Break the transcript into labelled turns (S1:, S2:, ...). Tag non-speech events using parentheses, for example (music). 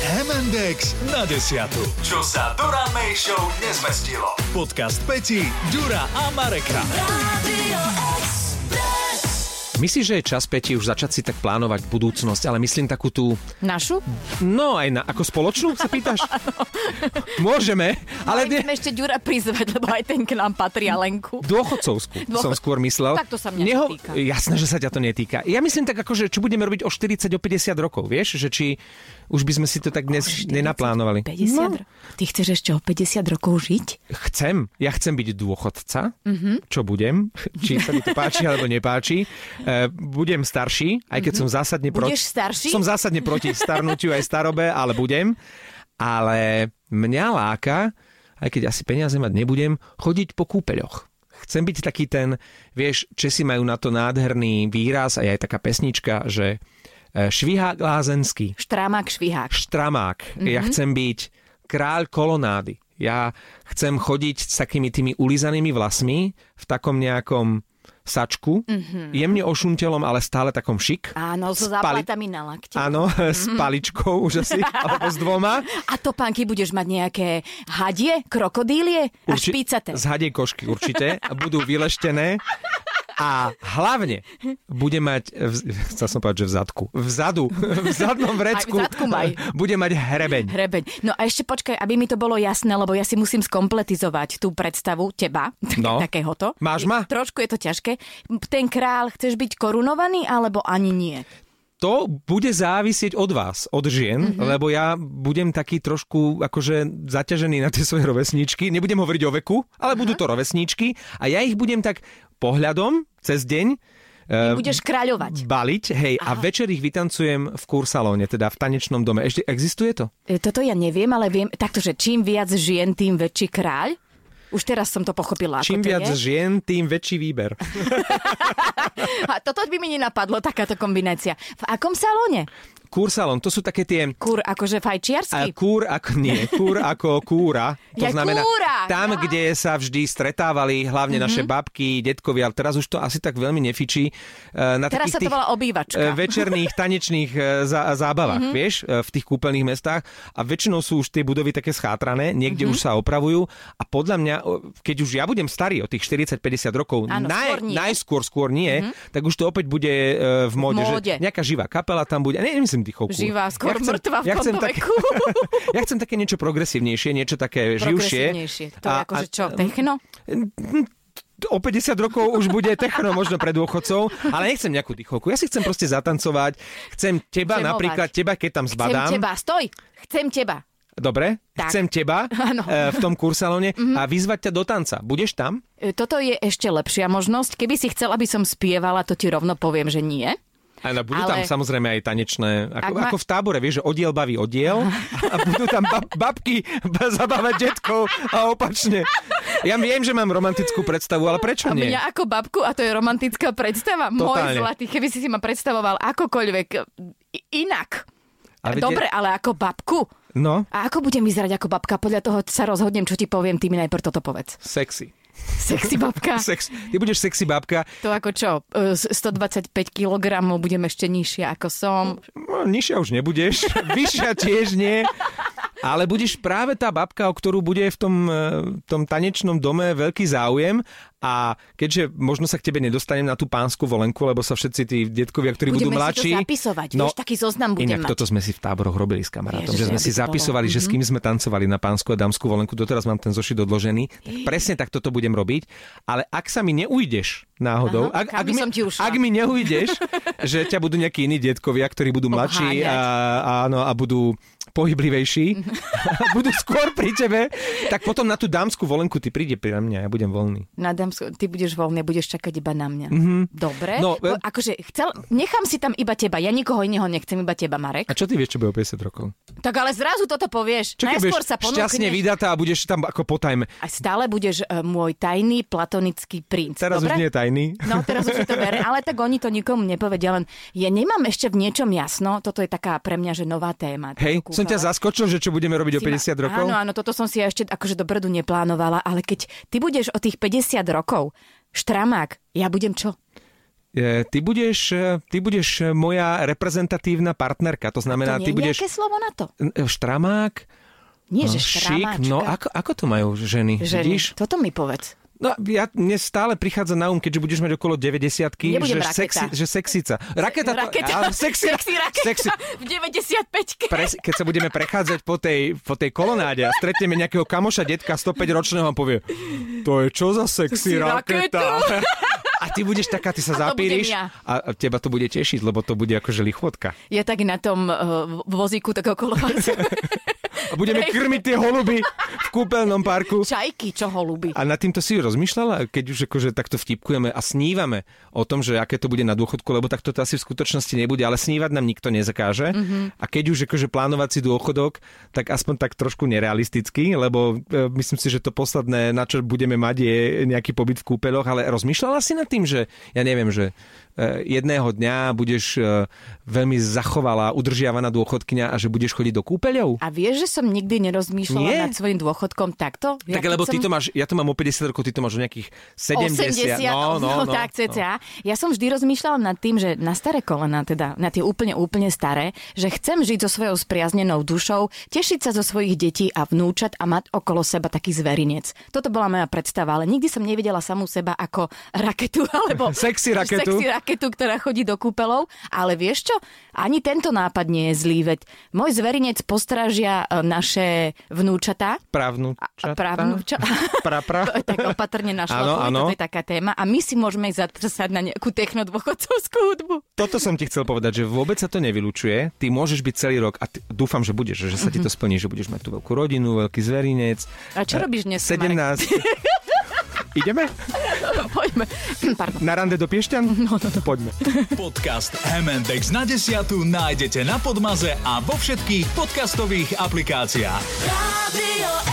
S1: Index na desiatu. Čo sa Dura May Show nezmestilo. Podcast Peti, Dura a Mareka.
S2: Myslíš, že je čas, Peti, už začať si tak plánovať budúcnosť, ale myslím takú tú...
S3: Našu?
S2: No, aj na... Ako spoločnú, sa
S3: (laughs)
S2: pýtaš? Môžeme, ale...
S3: Ale
S2: Nie...
S3: ideme ešte Ďura prizvať, lebo aj ten k nám patrí a Lenku.
S2: Dôchodcovskú
S3: Dôchod-
S2: som skôr myslel.
S3: Tak to sa mňa netýka.
S2: Jasné, že sa ťa to netýka. Ja myslím tak ako, že čo budeme robiť o 40, o 50 rokov, vieš? Že či už by sme si to tak dnes nenaplánovali.
S3: 50
S2: No,
S3: ro- Ty chceš ešte o 50 rokov žiť?
S2: chcem, ja chcem byť dôchodca,
S3: Mhm.
S2: čo budem, (laughs) či sa mi to páči alebo nepáči. E, budem starší, aj keď som zásadne proti...
S3: Mhm. Budeš starší?
S2: Som zásadne proti starnutiu aj starobe, ale budem. Ale mňa láka, aj keď asi peniaze mať nebudem, chodiť po kúpeľoch. Chcem byť taký ten, vieš, Česi majú na to nádherný výraz a je aj taká pesnička, že e, švihák lázenský
S3: Štrámak, švihák.
S2: štramák. Mm-hmm.
S3: Mhm.
S2: Ja chcem byť kráľ kolonády. Ja chcem chodiť s takými tými ulizanými vlasmi v takom nejakom sačku,
S3: Mhm.
S2: mm-hmm. jemne ošuntelom, ale stále takom šik.
S3: Áno,
S2: S
S3: so
S2: pali-
S3: zápletami na lakte.
S2: Áno, (laughs) s paličkou už
S3: (laughs)
S2: asi, alebo s dvoma.
S3: Mhm. A to, pánky, budeš mať nejaké hadie, krokodílie a
S2: Urči-
S3: špícaté.
S2: Z hadej košky určite. A budú vyleštené. A hlavne bude mať, v, chcel som povedať, že v zadku. Vzadu, (laughs) v zadnom vrecku.
S3: zadku maj.
S2: Bude mať hrebeň.
S3: Hrebeň. No a ešte počkaj, aby mi to bolo jasné, lebo ja si musím skompletizovať tú predstavu teba, (laughs)
S2: No.
S3: no. takéhoto.
S2: Máš ma?
S3: Trošku je to ťažké. Ten král, chceš byť korunovaný, alebo ani nie?
S2: to bude závisieť od vás, od žien, mm-hmm. lebo ja budem taký trošku akože zaťažený na tie svoje rovesníčky. Nebudem hovoriť o veku, ale budú to rovesníčky a ja ich budem tak pohľadom cez deň eh,
S3: Budeš kráľovať.
S2: baliť, hej, a večer ich vytancujem v kursalóne, teda v tanečnom dome. Ešte existuje to?
S3: E, Toto ja neviem, ale viem takto, že čím viac žien, tým väčší kráľ. Už teraz som to pochopila.
S2: Čím
S3: ako to
S2: viac
S3: je.
S2: žien, tým väčší výber.
S3: (laughs) A toto by mi nenapadlo, takáto kombinácia. V akom salóne?
S2: Kursalón, to sú také tie...
S3: Kur,
S2: A
S3: akože fajčiarsky?
S2: kúr ako nie, kúr ako kúra. To
S3: Ja,
S2: znamená,
S3: kúra, no. Mhm.
S2: tam,
S3: ja.
S2: kde sa vždy stretávali hlavne mm-hmm. naše babky, detkovia, ale teraz už to asi tak veľmi nefičí. e, Na
S3: Teraz
S2: takých
S3: sa to
S2: tých,
S3: volá
S2: e,
S3: obývačka. Mhm.
S2: večerných tanečných e, zá- zábavách, mm-hmm. vieš, e, v tých kúpeľných mestách a väčšinou sú už tie budovy také schátrané, niekde
S3: Mhm.
S2: mm-hmm. už sa opravujú a podľa mňa, o, keď už ja budem starý o tých 40-50 rokov,
S3: Áno, skôr nie. Mhm.
S2: najskôr skôr nie, mm-hmm. tak už to opäť bude e, v móde,
S3: móde.
S2: že nejaká živá kapela tam bude, a ne, nemyslím dýchovku.
S3: Živá, skôr mŕtva v tomto
S2: také-
S3: veku.
S2: (laughs) ja chcem také niečo progresívnejšie, niečo také živšie.
S3: Progresívnejšie. To je akože čo, techno?
S2: o 50 rokov už bude techno možno pre dôchodcov, ale nechcem nejakú dýchovku. Ja si chcem proste zatancovať. Chcem teba
S3: Chcem
S2: chcem napríklad,
S3: ovať.
S2: teba keď tam
S3: Chcem
S2: zbadám.
S3: teba, stoj! Chcem teba.
S2: Dobre,
S3: Tak.
S2: chcem teba
S3: Áno. Mhm.
S2: e, v tom kursalone a vyzvať ťa do tanca. Budeš tam?
S3: E, Toto je ešte lepšia možnosť. Keby si chcel, aby som spievala, to ti rovno poviem, že nie.
S2: Ale no, budú
S3: Ale-
S2: tam samozrejme aj tanečné, ako,
S3: Ak ma-
S2: ako v tábore, vieš, že oddiel baví oddiel a budú tam bab, babky (laughs) zabávať detkov a opačne. Ja viem, že mám romantickú predstavu, ale prečo
S3: A
S2: nie?
S3: mňa ako babku, a to je romantická predstava,
S2: Totálne.
S3: môj zlatý, keby si si ma predstavoval akokoľvek e, i- inak.
S2: Ale vedie-
S3: Dobre, ale ako babku.
S2: No,
S3: A ako budem vyzerať ako babka? Podľa toho sa rozhodnem, čo ti poviem, ty mi najprv toto povedz.
S2: sexy.
S3: Sexy babka.
S2: (laughs) Sex. Ty budeš sexy babka.
S3: To ako čo? e, s- 125 kg budem ešte nižšia ako som.
S2: No, nižšia už
S3: (laughs)
S2: nebudeš, vyššia tiež nie. Ale budeš práve tá babka, o ktorú bude v tom, e, tom tanečnom dome veľký záujem a keďže možno sa k tebe nedostanem na tú pánsku volenku, lebo sa všetci tí detkovia, ktorí budú
S3: Budeme si to
S2: mladší... No,
S3: zapisovať, vieš, taký zoznam budem
S2: Inak
S3: mať.
S2: toto sme si v táboroch robili s kamarátom,
S3: Ježiš,
S2: že sme
S3: aby
S2: si
S3: to bolo.
S2: zapisovali, že s
S3: Mhm.
S2: kým sme tancovali na pánsku a dámsku volenku, doteraz mám ten zošit odložený, tak presne tak toto budem robiť, ale ak sa mi neujdeš náhodou,
S3: Aha,
S2: ak,
S3: kam
S2: ak,
S3: by
S2: mi,
S3: som ti ušla?
S2: ak mi neujdeš, že ťa budú nejakí iní detkovia, ktorí budú mladší a, áno, a budú
S3: (laughs)
S2: pohyblivejší, a budú skôr pri tebe, tak potom na tú dámsku volenku ty príde pri mňa, ja budem voľný.
S3: Na Dámsku, ty budeš voľný, budeš čakať iba na mňa. Mm-hmm. Dobre.
S2: No,
S3: No,
S2: e-
S3: akože chcel, nechám si tam iba teba, ja nikoho iného nechcem, iba teba, Marek.
S2: A čo ty vieš, čo bude o 50 rokov?
S3: Tak ale zrazu toto povieš.
S2: Čo keď
S3: Najskôr
S2: budeš
S3: sa
S2: šťastne
S3: ponúkneš
S2: vydatá a budeš tam ako po tajme.
S3: a stále budeš e, môj tajný platonický princ.
S2: Teraz už
S3: dobre?
S2: nie je tajný.
S3: No, teraz už je to verejné, ale tak oni to nikomu nepovedia, len ja nemám ešte v niečom jasno, toto je taká pre mňa, že nová téma.
S2: Hej, som ťa zaskočil, že čo budeme robiť o 50 rokov?
S3: Áno, áno, toto som si ja ešte akože dopredu neplánovala, ale keď ty budeš o tých 50 rokov, štramák, ja budem čo?
S2: E, Ty budeš, e, ty budeš e, moja reprezentatívna partnerka, to znamená,
S3: to
S2: ty
S3: nie je
S2: budeš
S3: nejaké slovo na to.
S2: e, štramák, no,
S3: Nie, že
S2: šik,
S3: štramáčka.
S2: no ako, ako to majú ženy,
S3: Ženy.
S2: vidíš?
S3: Toto mi povedz.
S2: No ja, mne stále prichádza na um, keďže budeš mať okolo 90 že,
S3: Nebudem raketa.
S2: sexi, že sexica. Raketa, to,
S3: Raketa.
S2: áno, sexi,
S3: Sexy raketa
S2: Sexy,
S3: v 95-ke.
S2: pres, keď sa budeme prechádzať po tej, po tej kolonáde a stretneme nejakého kamoša detka 105-ročného a povie, to je čo za sexy
S3: si
S2: raketa? A ty budeš taká, ty sa
S3: A to budem
S2: zapíriš
S3: ja.
S2: a, a teba to bude tešiť, lebo to bude akože lichotka.
S3: Ja tak na tom uh, vozíku tak okolo vás.
S2: (laughs) A budeme
S3: Presne.
S2: krmiť tie holuby v kúpeľnom parku.
S3: Čajky, čo holúby.
S2: A nad týmto si rozmýšľala, keď už akože takto vtipkujeme a snívame o tom, že aké to bude na dôchodku, lebo takto to asi v skutočnosti nebude, ale snívať nám nikto nezakáže. Mm-hmm. A keď už akože plánovať si dôchodok, tak aspoň tak trošku nerealisticky, lebo e, myslím si, že to posledné, na čo budeme mať, je nejaký pobyt v kúpeľoch, ale rozmýšľala si nad tým, že ja neviem, že e, jedného dňa budeš e, veľmi zachovalá, udržiavaná dôchodkňa a že budeš chodiť do kúpeľov?
S3: A vieš, že som nikdy nerozmýšľala
S2: Nie.
S3: nad svojim dôchodkom takto?
S2: Tak
S3: keď
S2: lebo
S3: som
S2: ty to máš, ja to mám o 50 rokov, ty to máš o nejakých 70.
S3: 80, no, no, no, tak cca. Ja som vždy rozmýšľala nad tým, že na staré kolena, teda na tie úplne, úplne staré, že chcem žiť so svojou spriaznenou dušou, tešiť sa zo svojich detí a vnúčat a mať okolo seba taký zverinec. Toto bola moja predstava, ale nikdy som nevidela samú seba ako raketu, (laughs) alebo
S2: Sexy raketu.
S3: sexy raketu, ktorá chodí do kúpelov. Ale vieš čo? Ani tento nápad nie je zlý, veď môj zverinec postrážia e, naše vnúčatá,
S2: Právnučata?
S3: A- právnuča-
S2: No,
S3: (laughs)
S2: Pra, pra.
S3: tak opatrne
S2: Áno,
S3: našla,
S2: áno.
S3: to je taká téma a my si môžeme ísť zatrsať na nejakú technodôchodcovskú hudbu.
S2: Toto som ti chcel povedať, že vôbec sa to nevylučuje. Ty môžeš byť celý rok a ty, dúfam, že budeš, že sa ti to splní, že budeš mať tú veľkú rodinu, veľký zverinec.
S3: A Mhm.
S2: E,
S3: čo robíš dnes,
S2: 17.
S3: (laughs)
S2: Ideme?
S3: Poďme. Pardon.
S2: Na rande do Piešťan? No, no, no. Poďme.
S1: Podcast Hemendex na desiatu nájdete na Podmaze a vo všetkých podcastových aplikáciách.
S4: Radio